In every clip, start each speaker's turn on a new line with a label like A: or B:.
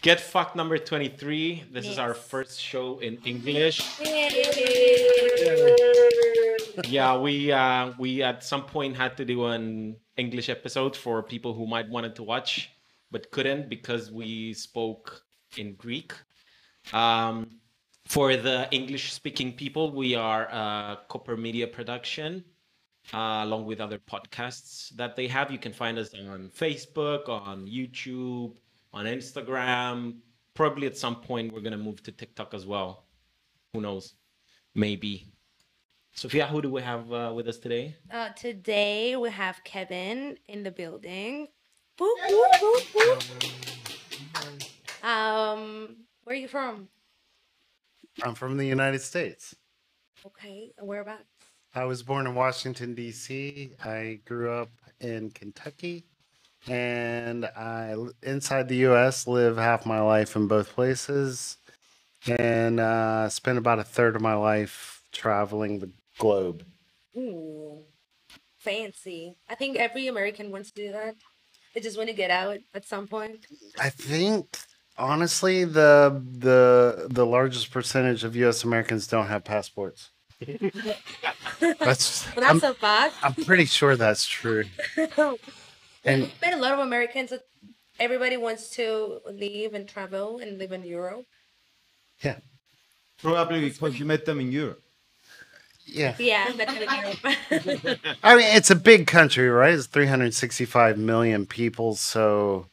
A: Get fucked number 23. This is our
B: Yes.
A: first show in English.
B: Yay.
A: yeah, we uh, we at some point had to do an English episode for people who might wanted to watch but couldn't because we spoke in Greek. Um, for the English speaking people, we are a Copper Media production. Uh, along with other podcasts that they have, you can find us on Facebook, on YouTube, on Instagram. Probably at some point we're gonna move to TikTok as well. Who knows? Maybe. Sophia, who do we have uh, with us today?
B: Uh, today we have Kevin in the building. Boop, boop, boop, boop. Um, where are you from?
C: I'm from the United States.
B: Okay, whereabouts?
C: I was born in Washington, D.C. I grew up in Kentucky. And I, l- inside the U.S., live half my life in both places. And uh, spent about a third of my life traveling the globe.
B: Ooh, fancy. I think every American wants to do that. They just want to get out at some point.
C: I think, honestly, the, the, the largest percentage of U.S. Americans don't have passports. that's,
B: Well, that's
C: I'm,
B: a fact.
C: I'm pretty sure that's true. And
B: But a lot of Americans, uh, everybody wants to leave and travel and live in Europe.
C: yeah,
D: Probably because you met them in Europe.
C: yeah.
B: Yeah, but in Europe.
C: I mean, it's a big country, right? It's 365 million people, so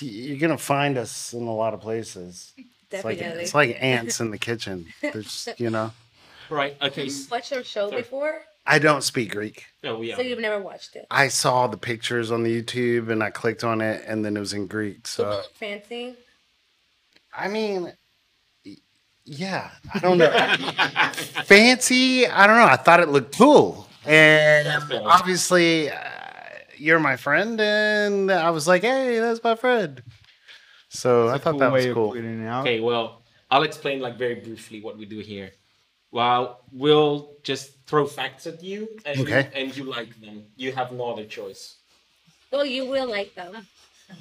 C: you're gonna find us in a lot of places. It's like,
B: Definitely.
C: it's like ants in the kitchen. There's, you know,
A: Right. Okay. s-
B: Watched your show
A: Sorry.
B: before,
C: I don't speak Greek.
A: Oh yeah.
B: so you've never watched it.
C: I saw the pictures on the YouTube and I clicked on it, and then it was in Greek. So
B: Fancy.
C: I mean, y- yeah, I don't know. Fancy? I don't know. I thought it looked cool, and
A: Definitely.
C: obviously, uh, you're my friend, and I was like, "Hey, that's my friend." So I thought
D: Cool
C: that was
D: way of
C: cool.
D: putting it out.
A: Okay. Well, I'll explain like very briefly what we do here. Well, we'll just throw facts at you, and
C: Okay.
A: you, and you like them. You have no other choice.
B: Well, you will like them.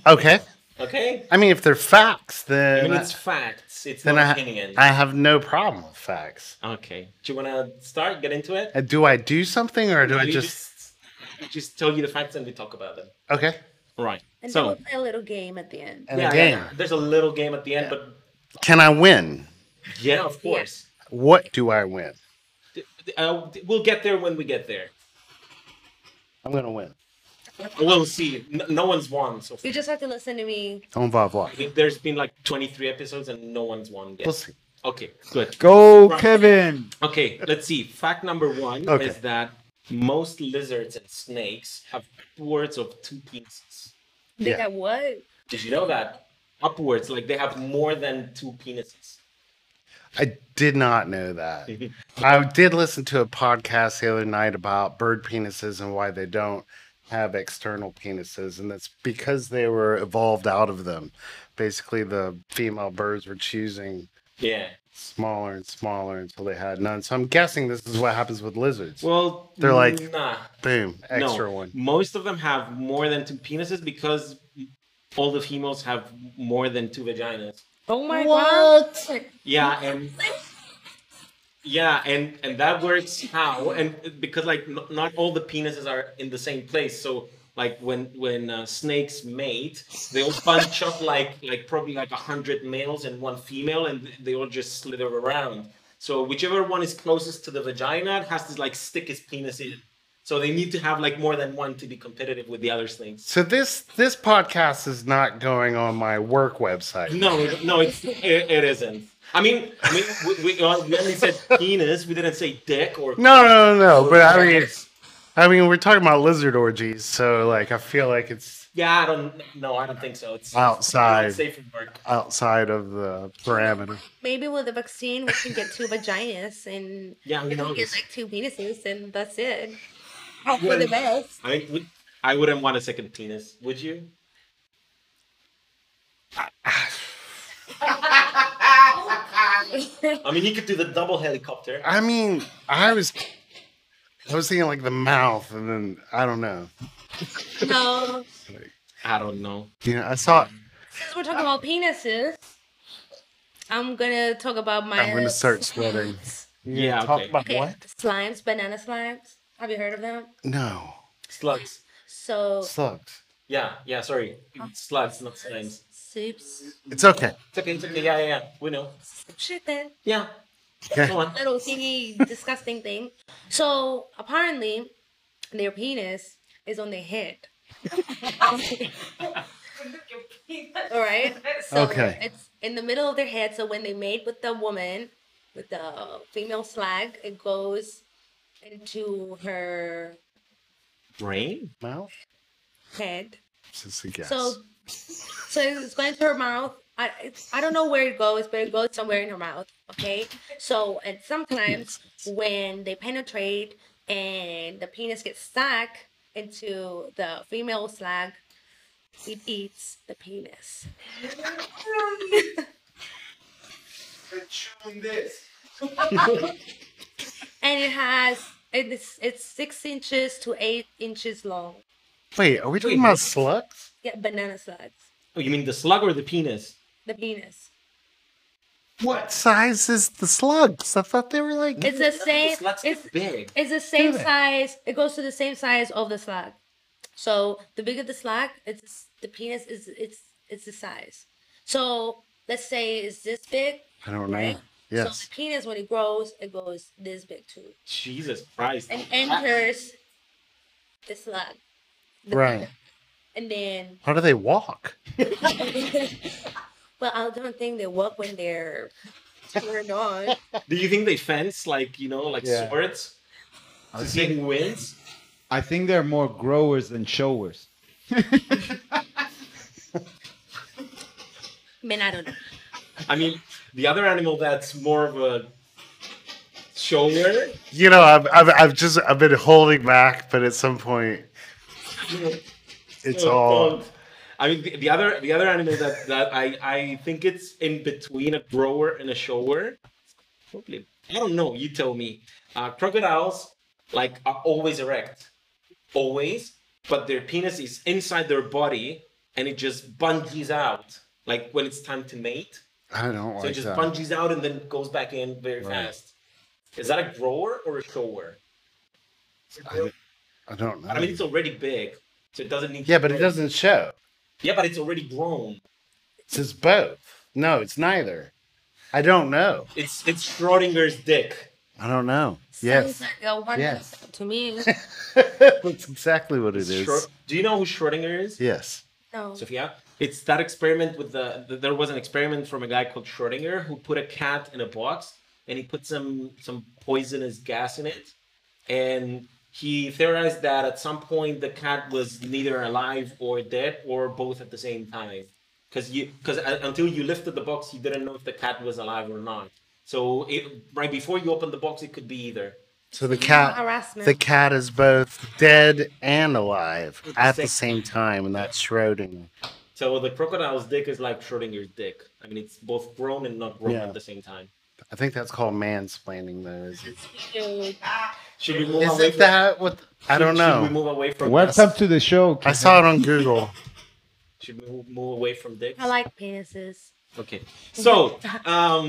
C: Okay.
A: Okay.
C: I mean, if they're facts,
A: I
C: then
A: mean, it's facts. It's
C: then
A: not
C: I,
A: opinion.
C: I have no problem with facts.
A: okay. Do you wanna start? Get into it.
C: Uh, Do I do something or do I
A: We
C: just
A: just we just tell you the facts and we talk about them.
C: okay?
A: Right.
B: And then
A: so.
B: we'll play a little game at the end.
C: And
A: yeah,
C: a
A: yeah,
C: game.
A: yeah. There's a little game at the end, but
C: Can I win?
A: yeah, of course.
C: What do I win?
A: D- d- uh, d- we'll get there when we get there.
C: I'm gonna win.
A: We'll see. No, no one's won so far.
B: You just have to listen to me.
C: On blah blah.
A: There's been like 23 episodes and no one's won yet.
C: We'll see.
A: Okay, good.
D: Go,
A: Right.
D: Kevin.
A: Okay, let's see. Fact number one
C: Okay.
A: is that most lizards and snakes have upwards of two penises.
B: They
C: Yeah.
B: got what?
A: Did you know that? Upwards, like they have more than two penises.
C: I did not know that. I did listen to a podcast the other night about bird penises and why they don't have external penises, and that's because they were evolved out of them. Basically, the female birds were choosing
A: Yeah.
C: smaller and smaller until they had none. So I'm guessing this is what happens with lizards.
A: Well,
C: They're like-
A: nah,
C: Boom, extra
A: no.
C: one.
A: Most of them have more than two penises because all the females have more than two vaginas.
B: Oh my
C: What?
B: god.
A: Yeah, and yeah, and and that works how and because like n- not all the penises are in the same place. So like when when uh, snakes mate, they all bunch up like like probably like a hundred males and one female, and they all just slither around. So whichever one is closest to the vagina has to like stick his penis in. So they need to have like more than one to be competitive with the other snakes.
C: So this this podcast is not going on my work website.
A: No, no, it's, it, it isn't. I mean, I mean, we, we, uh, we only said penis. We didn't say dick or
C: No, no, no, no. But I mean, I mean, we're talking about lizard orgies, so like, I feel like it's
A: Yeah, I don't. No, I don't think so. It's
C: outside
A: It's safe for work.
C: outside of the parameter.
B: Maybe with the vaccine we can get two vaginas and
A: Yeah, who
B: we can get
A: knows?
B: like two penises and that's it. Hope for the best.
A: I would. I wouldn't want a second penis. Would you? I mean, you could do the double helicopter.
C: I mean, I was I was thinking like the mouth, and then I don't know.
B: No.
A: I don't know.
C: You know, I saw
B: Since we're talking about penises, I'm gonna talk about my.
C: I'm gonna start sweating.
B: slimes.
C: You're
A: Yeah,
C: gonna Talk
A: okay.
C: about
B: Okay,
C: what?
B: slimes, banana slimes. Have you heard of them?
C: No.
A: Slugs.
B: So
C: Slugs.
A: Yeah, yeah, sorry. Slugs, not slimes.
B: soups,
C: It's okay.
A: It's okay, it's okay. Yeah, yeah, yeah. We know.
B: some shit then.
A: Yeah.
C: Okay.
A: Go on.
B: little thingy, disgusting thing. So apparently, their penis is on their head. All right. So
C: Okay.
B: It's in the middle of their head. So when they mate with the woman, with the female slag, it goes into her
A: Brain?
C: Mouth?
B: head.
C: It's just a guess.
B: So, so it's going to her mouth. I it's, I don't know where it goes, but it goes somewhere in her mouth. Okay. So, and sometimes when they penetrate and the penis gets stuck into the female slag, it eats the penis. and it has it's it's six inches to eight inches long.
C: Wait, are we talking
A: Wait.
C: about slugs?
B: Yeah, banana slugs.
A: Oh, you mean the slug or the penis?
B: The penis.
C: What size is the slugs? I thought they were like.
B: It's the same.
A: slug's
B: It's
A: big.
B: It's the same
C: Do it.
B: size. It goes to the same size of the slug. So the bigger the slug, it's the penis is it's it's the size. So let's say it's this big.
C: I don't know.
B: right? So
C: Yes.
B: the penis when it grows, it goes this big too.
A: Jesus Christ.
B: And enters the slug. the
C: Right.
B: penis. And then
C: How do they walk?
B: well, I don't think they walk when they're turned on.
A: Do you think they fence like, you know, like
C: Yeah.
A: swords?
D: I
A: To see
D: think,
A: who wins?
D: I think they're more growers than showers.
B: I mean, I don't know.
A: I mean, the other animal that's more of a shower.
C: You know, I've, I've, I've just I've been holding back, but at some point, it's
A: Oh,
C: all.
A: God. I mean, the, the other the other animal that that I I think it's in between a grower and a shower. Probably I don't know. You tell me. Uh, crocodiles like are always erect, always, but their penis is inside their body and it just bungees out like when it's time to mate.
C: I don't
A: So it
C: like
A: just
C: that.
A: bungees out and then goes back in very
C: Right.
A: fast. Is that a grower or a shower?
C: I, I don't know.
A: I mean, it's already big, so it doesn't need.
C: yeah, but it
A: grow.
C: doesn't show.
A: Yeah, but it's already grown.
C: It's just both. No, it's neither. I don't know.
A: It's it's Schrodinger's dick.
C: I don't know.
B: Sounds
C: Yes,
B: like a one
C: Yes.
B: to me.
C: that's exactly what it is.
A: Schro- Do you know who Schrodinger is?
C: Yes.
B: No.
A: Sophia, it's that experiment with the, the. There was an experiment from a guy called Schrodinger who put a cat in a box and he put some some poisonous gas in it, and he theorized that at some point the cat was neither alive or dead or both at the same time, because you because until you lifted the box you didn't know if the cat was alive or not. So it, right before you opened the box it could be either.
C: So the
B: Cat
C: cat,
B: harassment.
C: the cat is both dead and alive
A: At the
C: at the same time, and that's Schrodinger.
A: So the crocodile's dick is like Schrodinger's dick. I mean, it's both grown and not grown
C: Yeah.
A: at the same time.
C: I think that's called mansplaining, though. Is it?
B: Dude.
A: Should we move
C: Is
A: away?
C: it that? What? I
A: Should
C: don't
A: we
C: know.
A: move away from?
D: Welcome to the show.
C: I saw it on Google.
A: Should we move- move away from dicks?
B: I like penises.
A: Okay. So, um,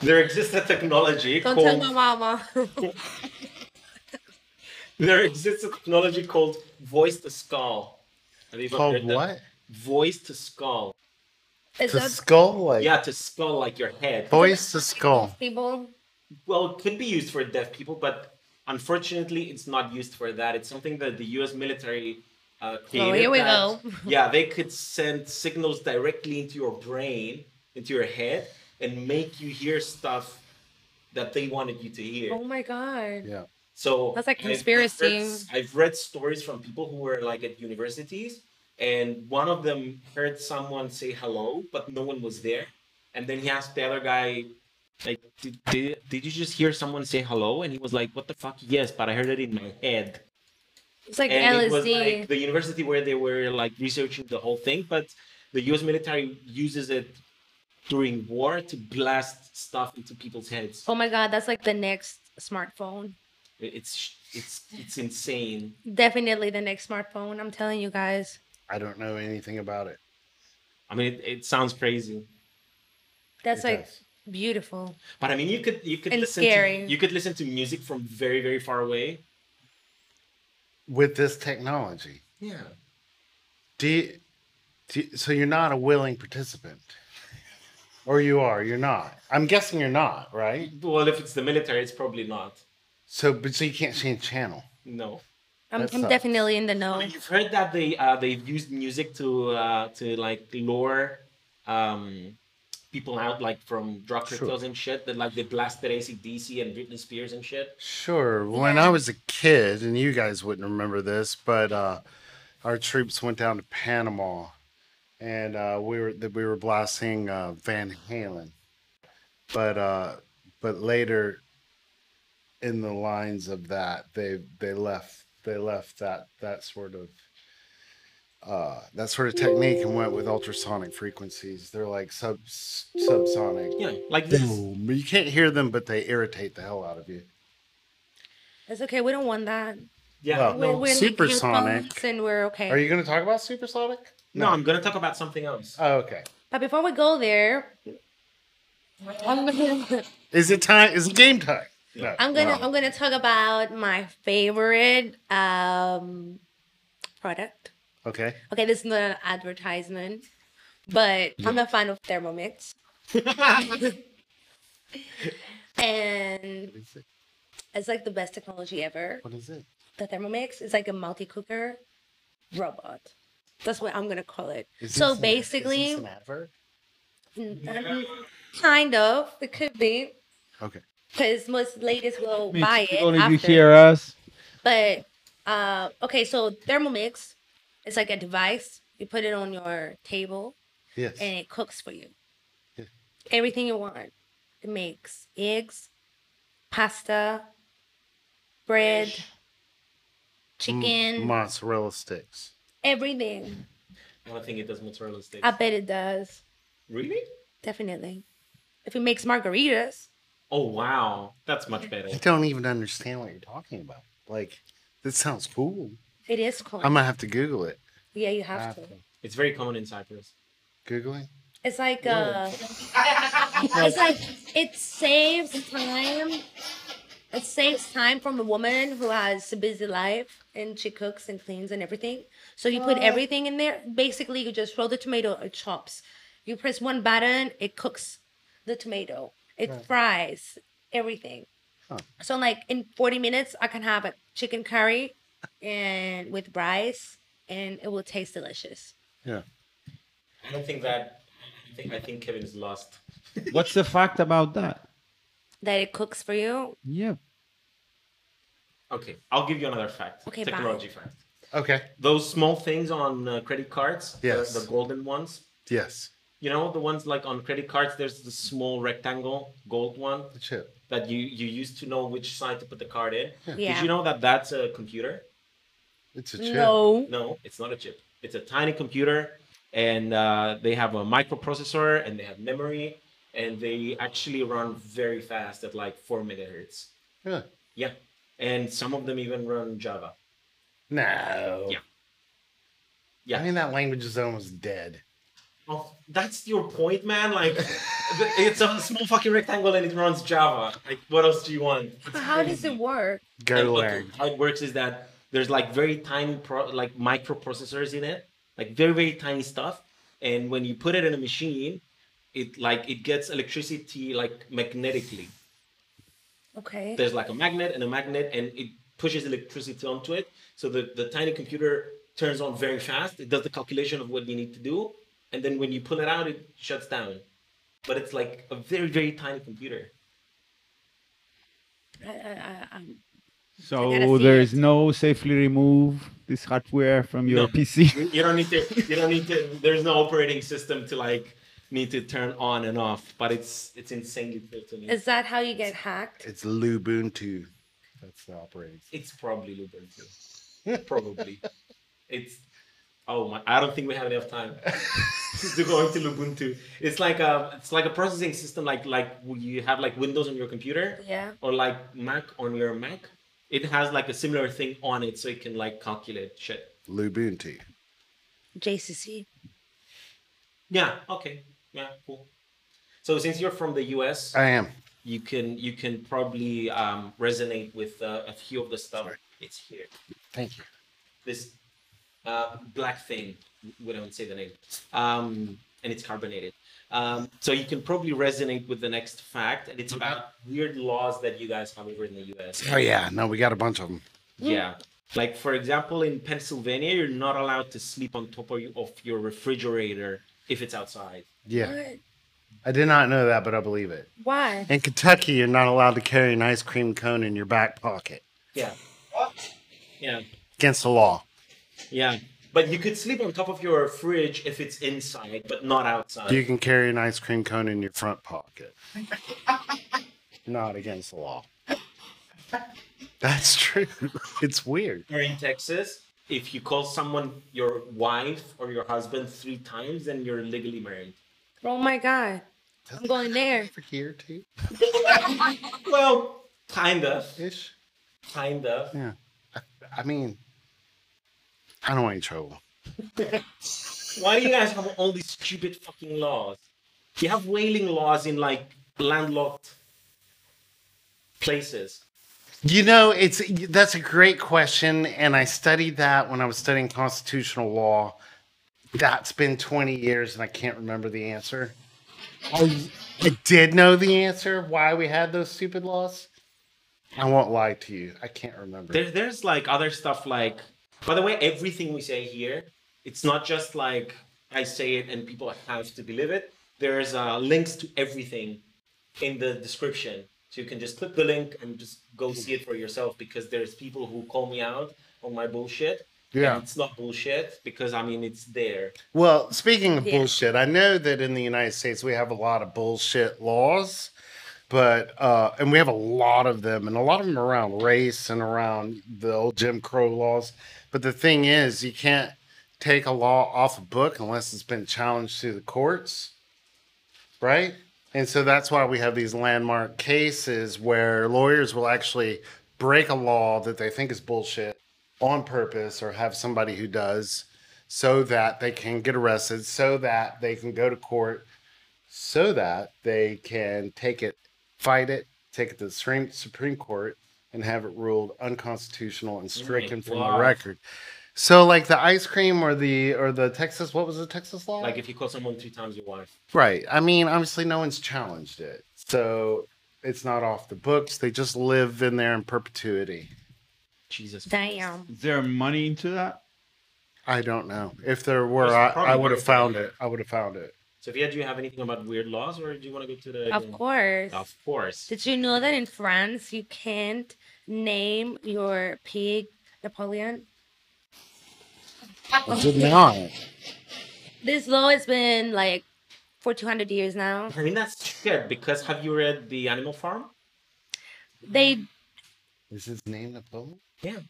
A: there exists a technology
B: Don't tell
A: called
B: my mama.
A: there exists a technology called voice to skull. Have you ever
C: Called
A: heard that?
C: what?
A: Voice to skull.
B: Is
C: To
B: that
C: skull, like
A: Yeah, to skull like your head.
C: voice to skull.
B: people?
A: Well, it could be used for deaf people, but unfortunately, it's not used for that. It's something that the U.S. military uh, created.
B: Oh, here we
A: that-
B: go.
A: yeah, they could send signals directly into your brain, into your head, and make you hear stuff that they wanted you to hear.
B: Oh my god.
C: Yeah.
A: So
B: That's like
A: I've- I've
B: conspiracy.
A: read- I've read, stories from people who were like at universities, and one of them heard someone say hello, but no one was there. And then he asked the other guy, like, did, did, did you just hear someone say hello? And he was like, what the fuck? Yes, but I heard it in my head.
B: It's like
A: and it was
B: LSD.
A: like the university where they were like researching the whole thing, but the US military uses it during war to blast stuff into people's heads.
B: oh my god, that's like the next smartphone.
A: It- It's it's it's insane.
B: Definitely the next smartphone. I'm telling you guys.
C: I don't know anything about it.
A: I mean, it, it sounds crazy,
B: That's
C: It
B: like
C: does.
B: beautiful.
A: but I mean, you could you could
B: And
A: listen
B: scary.
A: to you could listen to music from very very far away.
C: with this technology.
A: Yeah.
C: Do you, do you- so you're not a willing participant. Or you are, you're not. I'm guessing you're not, right?
A: Well, if it's the military, it's probably not.
C: So but so you can't change channel.
A: No.
B: I'm,
C: That
B: I'm
C: sucks.
B: definitely in the
A: I
B: know.
A: mean, you've heard that they uh, they've used music to uh, to like lure um, people out like from drug
C: Sure.
A: cartels and shit. That like they blasted ACDC and Britney Spears and shit.
C: Sure. When I
B: Yeah.
C: was a kid, and you guys wouldn't remember this, but uh, our troops went down to Panama, and uh, we were that we were blasting uh, Van Halen, but uh, but later in the lines of that, they they left they left that that sort of. Uh, that sort of technique and went with ultrasonic frequencies. They're like sub subsonic.
A: Yeah, like this.
C: Boom. You can't hear them, but they irritate the hell out of you.
B: It's okay. We don't want that.
A: Yeah. no,
C: Well,
B: We're, we're in, like,
C: supersonic.
B: earphones And we're okay.
C: Are you going to talk about supersonic?
A: no, I'm gonna talk about something else.
C: Oh, okay.
B: But before we go there, I'm gonna
C: Is it time? Is it game time? No.
B: I'm gonna
C: No.
B: I'm gonna talk about my favorite um product.
C: Okay.
B: Okay, this is not an advertisement, but I'm a fan of Thermomix. and
C: What is it?
B: it's like the best technology ever.
C: What is it?
B: The Thermomix is like a multi cooker robot. That's what I'm gonna call it.
C: Is
B: so
C: this an- is this
B: basically,
C: an advert?
B: mm, kind of, it could be.
C: Okay.
B: Because most ladies will
D: Me
B: buy
D: too,
B: it
D: only you
B: after.
D: hear
C: uh.
D: us.
B: But uh, okay, so Thermomix is like a device. You put it on your table
C: Yes.
B: and it cooks for you.
C: Yeah.
B: Everything you want. It makes eggs, pasta, bread,
C: M-
B: chicken,
C: mozzarella sticks.
B: everything.
A: I don't think it does mozzarella sticks.
B: I bet it does.
A: really?
B: Definitely. If it makes margaritas,
A: Oh wow, that's much better.
C: I don't even understand what you're talking about. Like, this sounds cool.
B: it is cool.
C: I'm gonna have to Google it.
B: yeah, you
C: I
B: have
C: have
B: to.
C: to.
A: It's very common in Cyprus.
C: Googling.
B: It's like
C: No.
B: uh it's like it saves time. It saves time from a woman who has a busy life and she cooks and cleans and everything. So you put everything in there. Basically, you just roll the tomato. It chops. You press one button. It cooks the tomato. It fries everything.
C: Huh.
B: So like in forty minutes, I can have a chicken curry and with rice, and it will taste delicious.
C: Yeah.
A: I don't think that. I think I think Kevin's lost.
D: What's the fact about that?
B: That it cooks for you.
D: Yeah.
A: Okay, I'll give you another fact.
B: Okay, bye.
A: technology fact.
C: Okay.
A: Those small things on uh, credit cards, the-
C: Yes.
A: the golden ones.
C: Yes.
A: You know the ones like on credit cards. There's the small rectangle gold one
C: The chip.
A: that you you used to know which side to put the card in.
B: Yeah.
A: Did you know that that's a computer?
C: It's a chip.
B: No.
A: No, it's not a chip. It's a tiny computer, and uh, they have a microprocessor and they have memory, and they actually run very fast at like four megahertz.
C: Really?
A: Yeah, and some of them even run Java.
C: No.
A: Yeah. Yeah.
C: I mean, that language is almost dead.
A: Oh, that's your point, man. Like, th- it's a small fucking rectangle and it runs Java. Like, what else do you want?
B: But How does it work?
A: And
C: Go
A: what-
C: learn.
A: How it works is that there's like very tiny, pro- like microprocessors in it, like very very tiny stuff. And when you put it in a machine, it like it gets electricity like magnetically.
B: Okay.
A: There's like a magnet and a magnet, and it pushes electricity onto it. So the the tiny computer turns on very fast. It does the calculation of what you need to do, and then when you pull it out, it shuts down. But it's like a very very tiny computer.
B: I, I, I, I'm- I gotta
D: So
B: see
D: there
B: it.
D: is no safely remove this hardware from your
A: No.
D: PC.
A: you don't need to you don't need to there's no operating system to like need to turn on and off but it's it's insanely built in
B: is that how you get hacked?
C: It's Lubuntu. That's the operating. system.
A: it's probably Lubuntu. probably it's oh my i don't think we have enough time to go into lubuntu it's like a it's like a processing system like like you have like windows on your computer
B: Yeah.
A: or like mac on your mac it has like a similar thing on it so it can like calculate shit
C: Lubuntu.
B: JCC.
A: Yeah. Okay. Yeah. Cool. So since you're from the U.S.,
C: I am.
A: you can you can probably um, resonate with uh, a few of the stuff. It's here.
C: Thank you.
A: This uh, black thing. We don't say the name. Um, and it's carbonated. Um, so you can probably resonate with the next fact, and it's about weird laws that you guys have over in the U.S.
C: Oh yeah, no, we got a bunch of them.
A: Yeah. Like for example, in Pennsylvania, you're not allowed to sleep on top of your, of your refrigerator if it's outside.
C: Yeah,
B: What?
C: I did not know that, but I believe it.
B: Why?
C: In Kentucky, you're not allowed to carry an ice cream cone in your back pocket.
A: Yeah. Yeah.
C: Against the law.
A: Yeah. But you could sleep on top of your fridge if it's inside, but not outside.
C: You can carry an ice cream cone in your front pocket. not against the law. That's true. It's weird.
A: Or in Texas, if you call someone your wife or your husband three times, then you're legally married.
B: Oh my god. I'm going there.
C: For here too,
A: Well, kind of.
C: ish.
A: Kind of.
C: Yeah. I, I mean, I don't want any trouble.
A: Why do you guys have all these stupid fucking laws? You have whaling laws in like landlocked places.
C: You know, it's that's a great question, and I studied that when I was studying constitutional law. That's been 20 years, and I can't remember the answer. I, I did know the answer why we had those stupid laws. I won't lie to you. I can't remember.
A: There, there's like other stuff like. By the way, everything we say here, it's not just like I say it and people have to believe it. There's uh, links to everything in the description, so you can just click the link and just go see it for yourself. Because there's people who call me out on my bullshit. and
C: Yeah.
A: it's not bullshit because I mean it's there.
C: Well, speaking of
B: Yeah.
C: bullshit, I know that in the United States we have a lot of bullshit laws, but uh, and we have a lot of them, and a lot of them around race and around the old Jim Crow laws. But the thing is, you can't take a law off a book unless it's been challenged through the courts, right? And so that's why we have these landmark cases where lawyers will actually break a law that they think is bullshit on purpose or have somebody who does so that they can get arrested, so that they can go to court, so that they can take it, fight it, take it to the Supreme, Supreme Court, and have it ruled unconstitutional and stricken from the
A: God.
C: record. So, like the ice cream or the or the Texas, what was the Texas law?
A: Like if you call someone three times your wife.
C: right. I mean, obviously, no one's challenged it, so it's not off the books. They just live in there in perpetuity.
A: Jesus.
B: Damn.
D: Is there money into that?
C: I don't know if there were,
A: There's
C: I, I
A: probably
C: would have
A: money.
C: found it. I would have found it.
A: So, Sophia, do you have anything about weird laws, or do you want to go to the?
B: Of course.
A: Of course.
B: Did you know that in France you can't name your pig Napoleon?
C: I did not.
B: This law has been like for 200 years now.
A: I mean that's shit because have you read the Animal Farm?
B: They
C: Is his name Napoleon?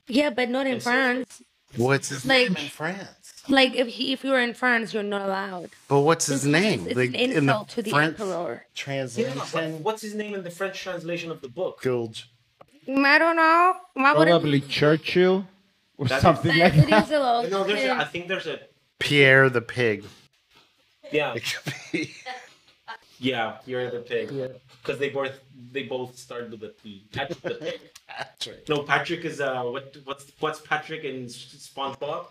B: yeah, but not in
A: Yes, sir.
B: France.
C: What's his
B: Like-
C: name in France?
B: Like if he, if you were in France, you're not allowed.
C: But what's his name?
B: It's
C: Like,
B: an insult to the
C: French
B: emperor.
C: Translation.
A: What- what's his name in the French translation of the book?
C: Gilge.
B: I don't know. Why would it
D: Probably Churchill or
A: That is-
D: something like
B: It
D: that.
B: is a law.
A: No, there's. A, I
B: Yeah.
A: think there's a.
C: Pierre the pig.
A: Yeah,
C: It could be.
A: yeah. You're the pig. Because they both they both start with a P. Patrick the pig.
C: That's right.
A: No, Patrick is uh. What what's what's Patrick in S- SpongeBob?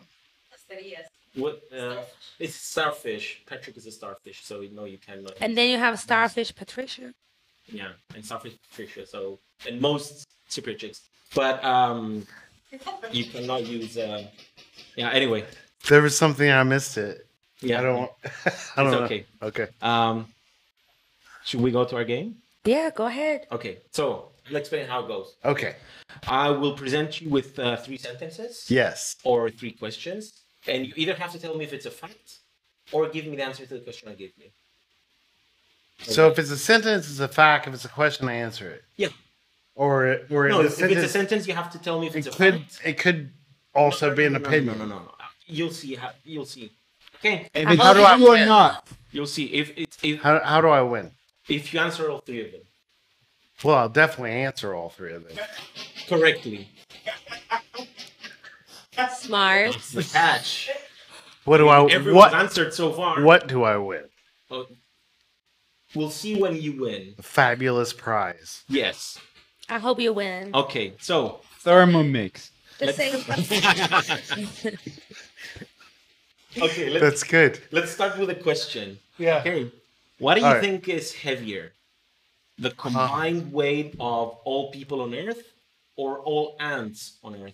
A: What uh? It's starfish. Patrick is a starfish, so no, you cannot.
B: And then you have starfish Patricia.
A: yeah, and starfish Patricia. So and most super chicks, but um, you cannot use uh. Yeah. Anyway.
C: There was something I missed it.
A: Yeah.
C: I don't. I don't
A: It's
C: know.
A: okay.
C: Okay.
A: Um, should we go to our game?
B: Yeah, go ahead.
A: Okay, so I'll explain how it goes.
C: Okay.
A: I will present you with uh, three sentences
C: Yes.
A: or three questions, and you either have to tell me if it's a fact or give me the answer to the question I gave you.
C: So if it's a sentence, it's a fact. If it's a question, I answer it.
A: Yeah.
C: Or or
A: No,
C: if,
A: if it's a
C: it's a sentence,
A: sentence, you have to tell me if it's
C: it
A: a
C: could
A: fact.
C: it could also be an
A: No, no,
C: opinion.
A: No, no, no, no. You'll see. How, you'll see. Okay,
D: If it's
C: How do I-
D: true or not.
A: you'll see if it's if,
C: How how do I win?
A: if you answer all three of them
C: Well, I'll definitely answer all three of them.
A: correctly.
B: Smart.
A: The catch.
C: What do I?
A: Everyone's
C: What?
A: answered so far.
C: What do I win?
A: Uh, We'll see when you win.
C: A fabulous prize.
A: Yes.
B: I hope you win.
A: Okay. So
D: Thermomix.
B: The
A: Oh, let's-
B: same.
A: okay. Let's
C: That's good.
A: let's start with a question.
C: Yeah.
A: Okay. What do you
C: All right.
A: think is heavier? The combined weight of all people on Earth or all ants on Earth?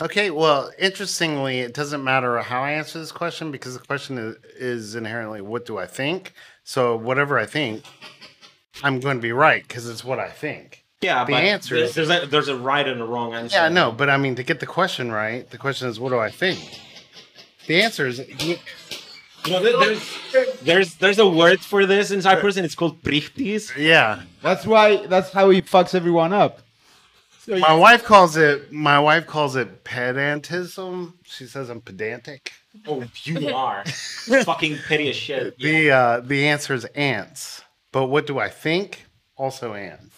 C: Okay, well, interestingly, it doesn't matter how I answer this question because the question is, is inherently what do I think? So, whatever I think, I'm going to be right because it's what I think.
A: Yeah,
C: The
A: but
C: answer
A: there's,
C: is-
A: there's a there's a right and a wrong answer.
C: Yeah, no, but I mean, to get the question right, the question is what do I think? The answer is
A: You know, there- there's, there's there's a word for this in Cyprus and it's called prichtis.
C: yeah.
D: That's why. That's how he fucks everyone up. So
C: My wife calls it my wife calls it pedantism. She says I'm pedantic.
A: Oh, you are fucking petty as shit. Yeah.
C: The uh, the answer is ants. But what do I think? Also ants.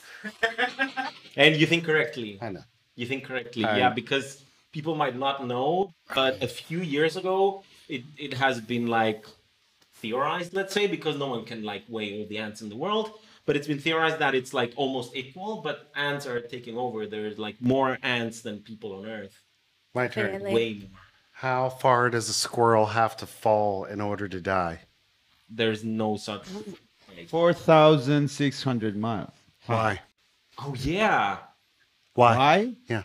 A: And you think correctly.
C: I know.
A: You think correctly.
C: I-
A: yeah, because people might not know, but a few years ago, it, it has been like theorized, let's say, because no one can like weigh all the ants in the world. But it's been theorized that it's like almost equal, but ants are taking over. There's like more ants than people on Earth.
C: My turn.
B: Really?
A: Way more.
C: How far does a squirrel have to fall in order to die?
A: There's no such. like-
D: four thousand six hundred miles.
C: Why?
A: Oh yeah.
C: Why?
D: Why?
C: Yeah.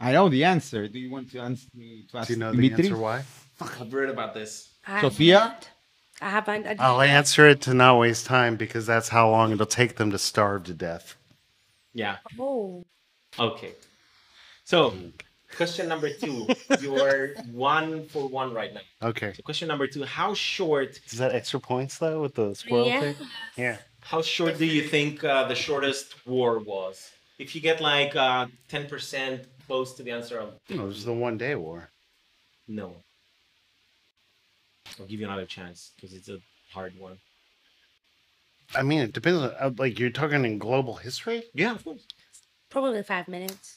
D: I know the answer. Do you want to answer? To ask
C: Do you know
D: Dimitri?
C: the answer why?
A: I've read about this.
B: I
D: Sophia?
B: haven't. I haven't. I-
C: I'll answer it to not waste time because that's how long it'll take them to starve to death.
A: Yeah.
B: Oh,
A: Okay. So, question number two. You're one for one right now.
C: Okay.
A: So question number two: How short?
C: Is that extra points though with the squirrel
B: Yeah.
C: thing? Yeah.
A: How short do you think uh, the shortest war was? If you get like uh, ten percent close to the answer, I'll...
C: No, it was the one day war.
A: no. I'll give you another chance because it's a hard one.
C: I mean, it depends on uh, like you're talking in global history.
A: Yeah, of course.
B: probably five minutes.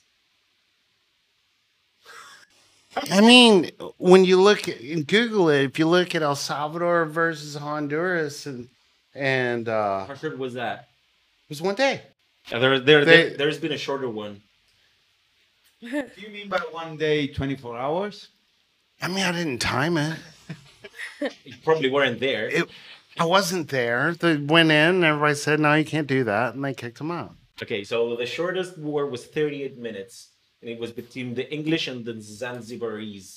C: I mean, when you look at, in Google it, if you look at El Salvador versus Honduras and and uh,
A: How short was that?
C: it was one day.
A: Yeah, Uh, there, there,
C: They-
A: there, has been a shorter one.
D: Do you mean by one day, twenty-four hours?
C: I mean, I didn't time it.
A: You probably weren't there.
C: it, I wasn't there. They went in, and everybody said, "No, you can't do that," and they kicked him out.
A: Okay, so the shortest war was 38 minutes, and it was between the English and the Zanzibarese.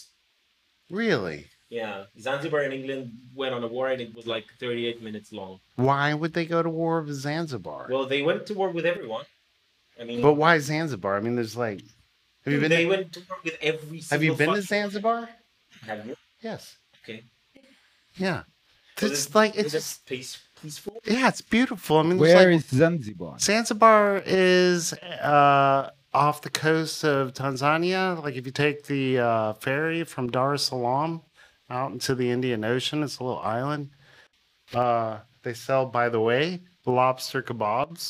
C: Really?
A: Yeah, Zanzibar and England went on a war, and it was like 38 minutes long.
C: Why would they go to war with Zanzibar?
A: Well, they went to war with everyone. I mean,
C: but why Zanzibar? I mean, there's like, have you been?
A: they
C: To,
A: went to war with every.
C: have you
A: single
C: been to
A: fucking-
C: Zanzibar?
A: Have you?
C: Yes.
A: Okay.
C: Yeah.
A: So
C: It's
A: this-
C: like
A: is
C: it's
A: it
C: just
A: peace, peaceful.
C: yeah, it's beautiful. I mean, there's
D: Where
C: like,
D: is Zanzibar?
C: Zanzibar is uh, off the coast of Tanzania. Like if you take the uh, ferry from Dar es Salaam out into the Indian Ocean, it's a little island. Uh, they sell, by the way, lobster kebabs.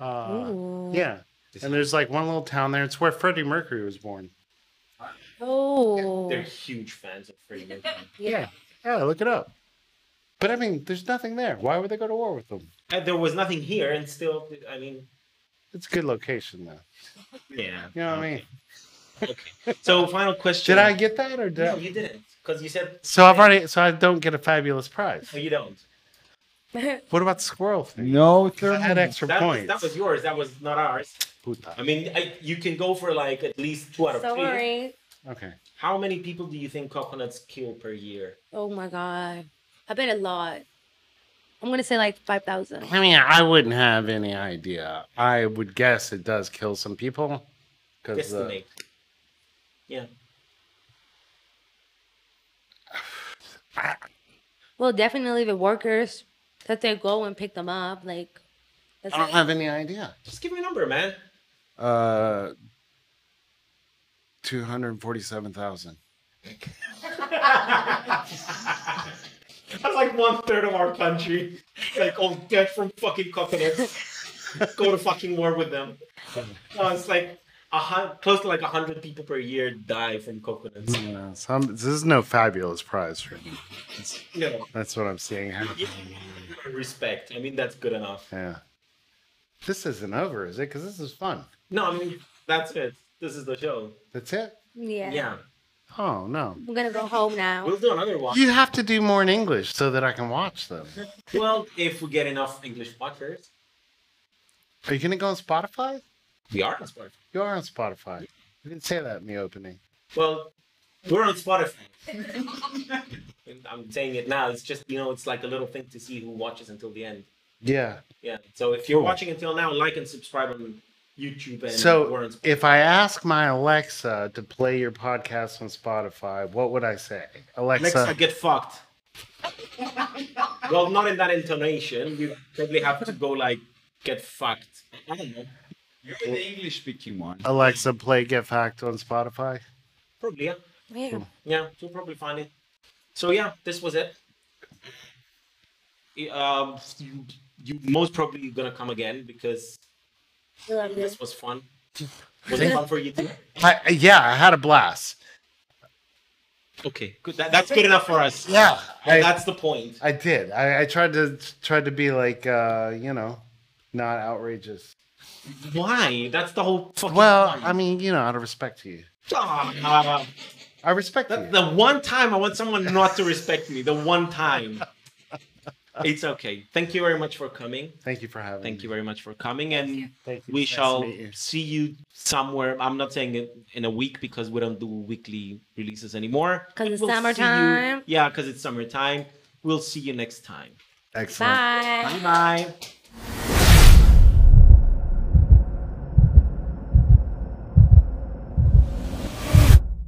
C: Uh,
B: Ooh.
C: yeah, and there's like one little town there. It's where Freddie Mercury was born.
B: Oh.
A: They're huge fans of Freddie Mercury.
B: Yeah.
C: yeah, look it up. But I mean, there's nothing there. Why would they go to war with them?
A: And Uh, there was nothing here, and still, I mean,
C: It's a good location, though.
A: yeah.
C: You know what I mean?
A: So, final question.
C: Did I get that or did
A: No,
C: I?
A: you didn't, because you said
C: So I've already. So I don't get a fabulous prize.
A: no, you don't.
C: What about the squirrel thing?
D: No
C: I had
D: thermomix.
C: extra
A: That was,
C: points.
A: that was yours. That was not ours. I
C: Puta.
A: mean, I, you can go for like at least two out of three.
B: Sorry.
C: Okay.
A: How many people do you think coconuts kill per year?
B: Oh my god. I bet a lot. I'm gonna say like five thousand.
C: I mean, I wouldn't have any idea. I would guess it does kill some people. Because uh,
A: Estimate. Yeah.
B: Well, definitely the workers that they go and pick them up. Like, that's
C: I don't have any idea.
A: Just give me a number, man.
C: Uh, two hundred forty-seven thousand.
A: That's like one third of our country. Like all dead from fucking coconuts. go to fucking war with them. No, it's like a hun- close to like hundred people per year die from coconuts.
C: Yeah, so I'm- this is no fabulous prize for me.
A: No,
C: That's what I'm seeing.
A: you- respect. I mean, that's good enough.
C: Yeah. This isn't over, is it? Because this is fun.
A: No, I mean that's it. This is the show.
C: That's it.
B: Yeah.
A: Yeah,
C: Oh no.
B: I'm gonna go home now.
A: we'll do another one.
C: You have to do more in English so that I can watch them.
A: Well, if we get enough English watchers,
C: Are you gonna go on Spotify?
A: we are on Spotify.
C: You are on Spotify. You didn't say that in the opening.
A: Well, we're on Spotify. And I'm saying it now. It's just you know, it's like a little thing to see who watches until the end.
C: Yeah.
A: Yeah. So if you're
C: Cool.
A: watching until now, like and subscribe on YouTube and we're
C: so
A: on Spotify.
C: if I ask my Alexa to play your podcast on Spotify, what would I say? Alexa,
A: Alexa, get fucked. well, not in that intonation. You probably have to go like, get fucked. I don't know.
D: You're in the English speaking one.
C: Alexa, play Get Fact on Spotify.
A: Probably, yeah.
B: Yeah.
A: Yeah, you'll probably find it. So yeah, this was it. Y- Um, you, you most probably gonna come again because
B: I love you.
A: this was fun. Was it fun for you too?
C: I, yeah, I had a blast.
A: Okay, good. That, that's good enough for us.
C: Yeah,
A: Well,
C: I,
A: that's the point.
C: I did. I, I tried to tried to be like, uh, you know, not outrageous.
A: Why? That's the whole fucking
C: Well,
A: point.
C: I mean, you know, out of respect to you,
A: Ah,
C: I respect
A: The,
C: you.
A: the one time I want someone not to respect me, the one time. It's okay. Thank you very much for coming.
C: Thank you for having.
A: Thank you
C: me.
A: very much for coming, and
C: Thank you.
A: we
C: Nice to
A: shall
C: meet you.
A: see you somewhere. I'm not saying it in a week because we don't do weekly releases anymore.
B: 'Cause it's
A: We'll see you-
B: summertime.
A: Yeah, because it's summertime. We'll see you next time.
C: Excellent.
B: Bye.
A: Bye bye.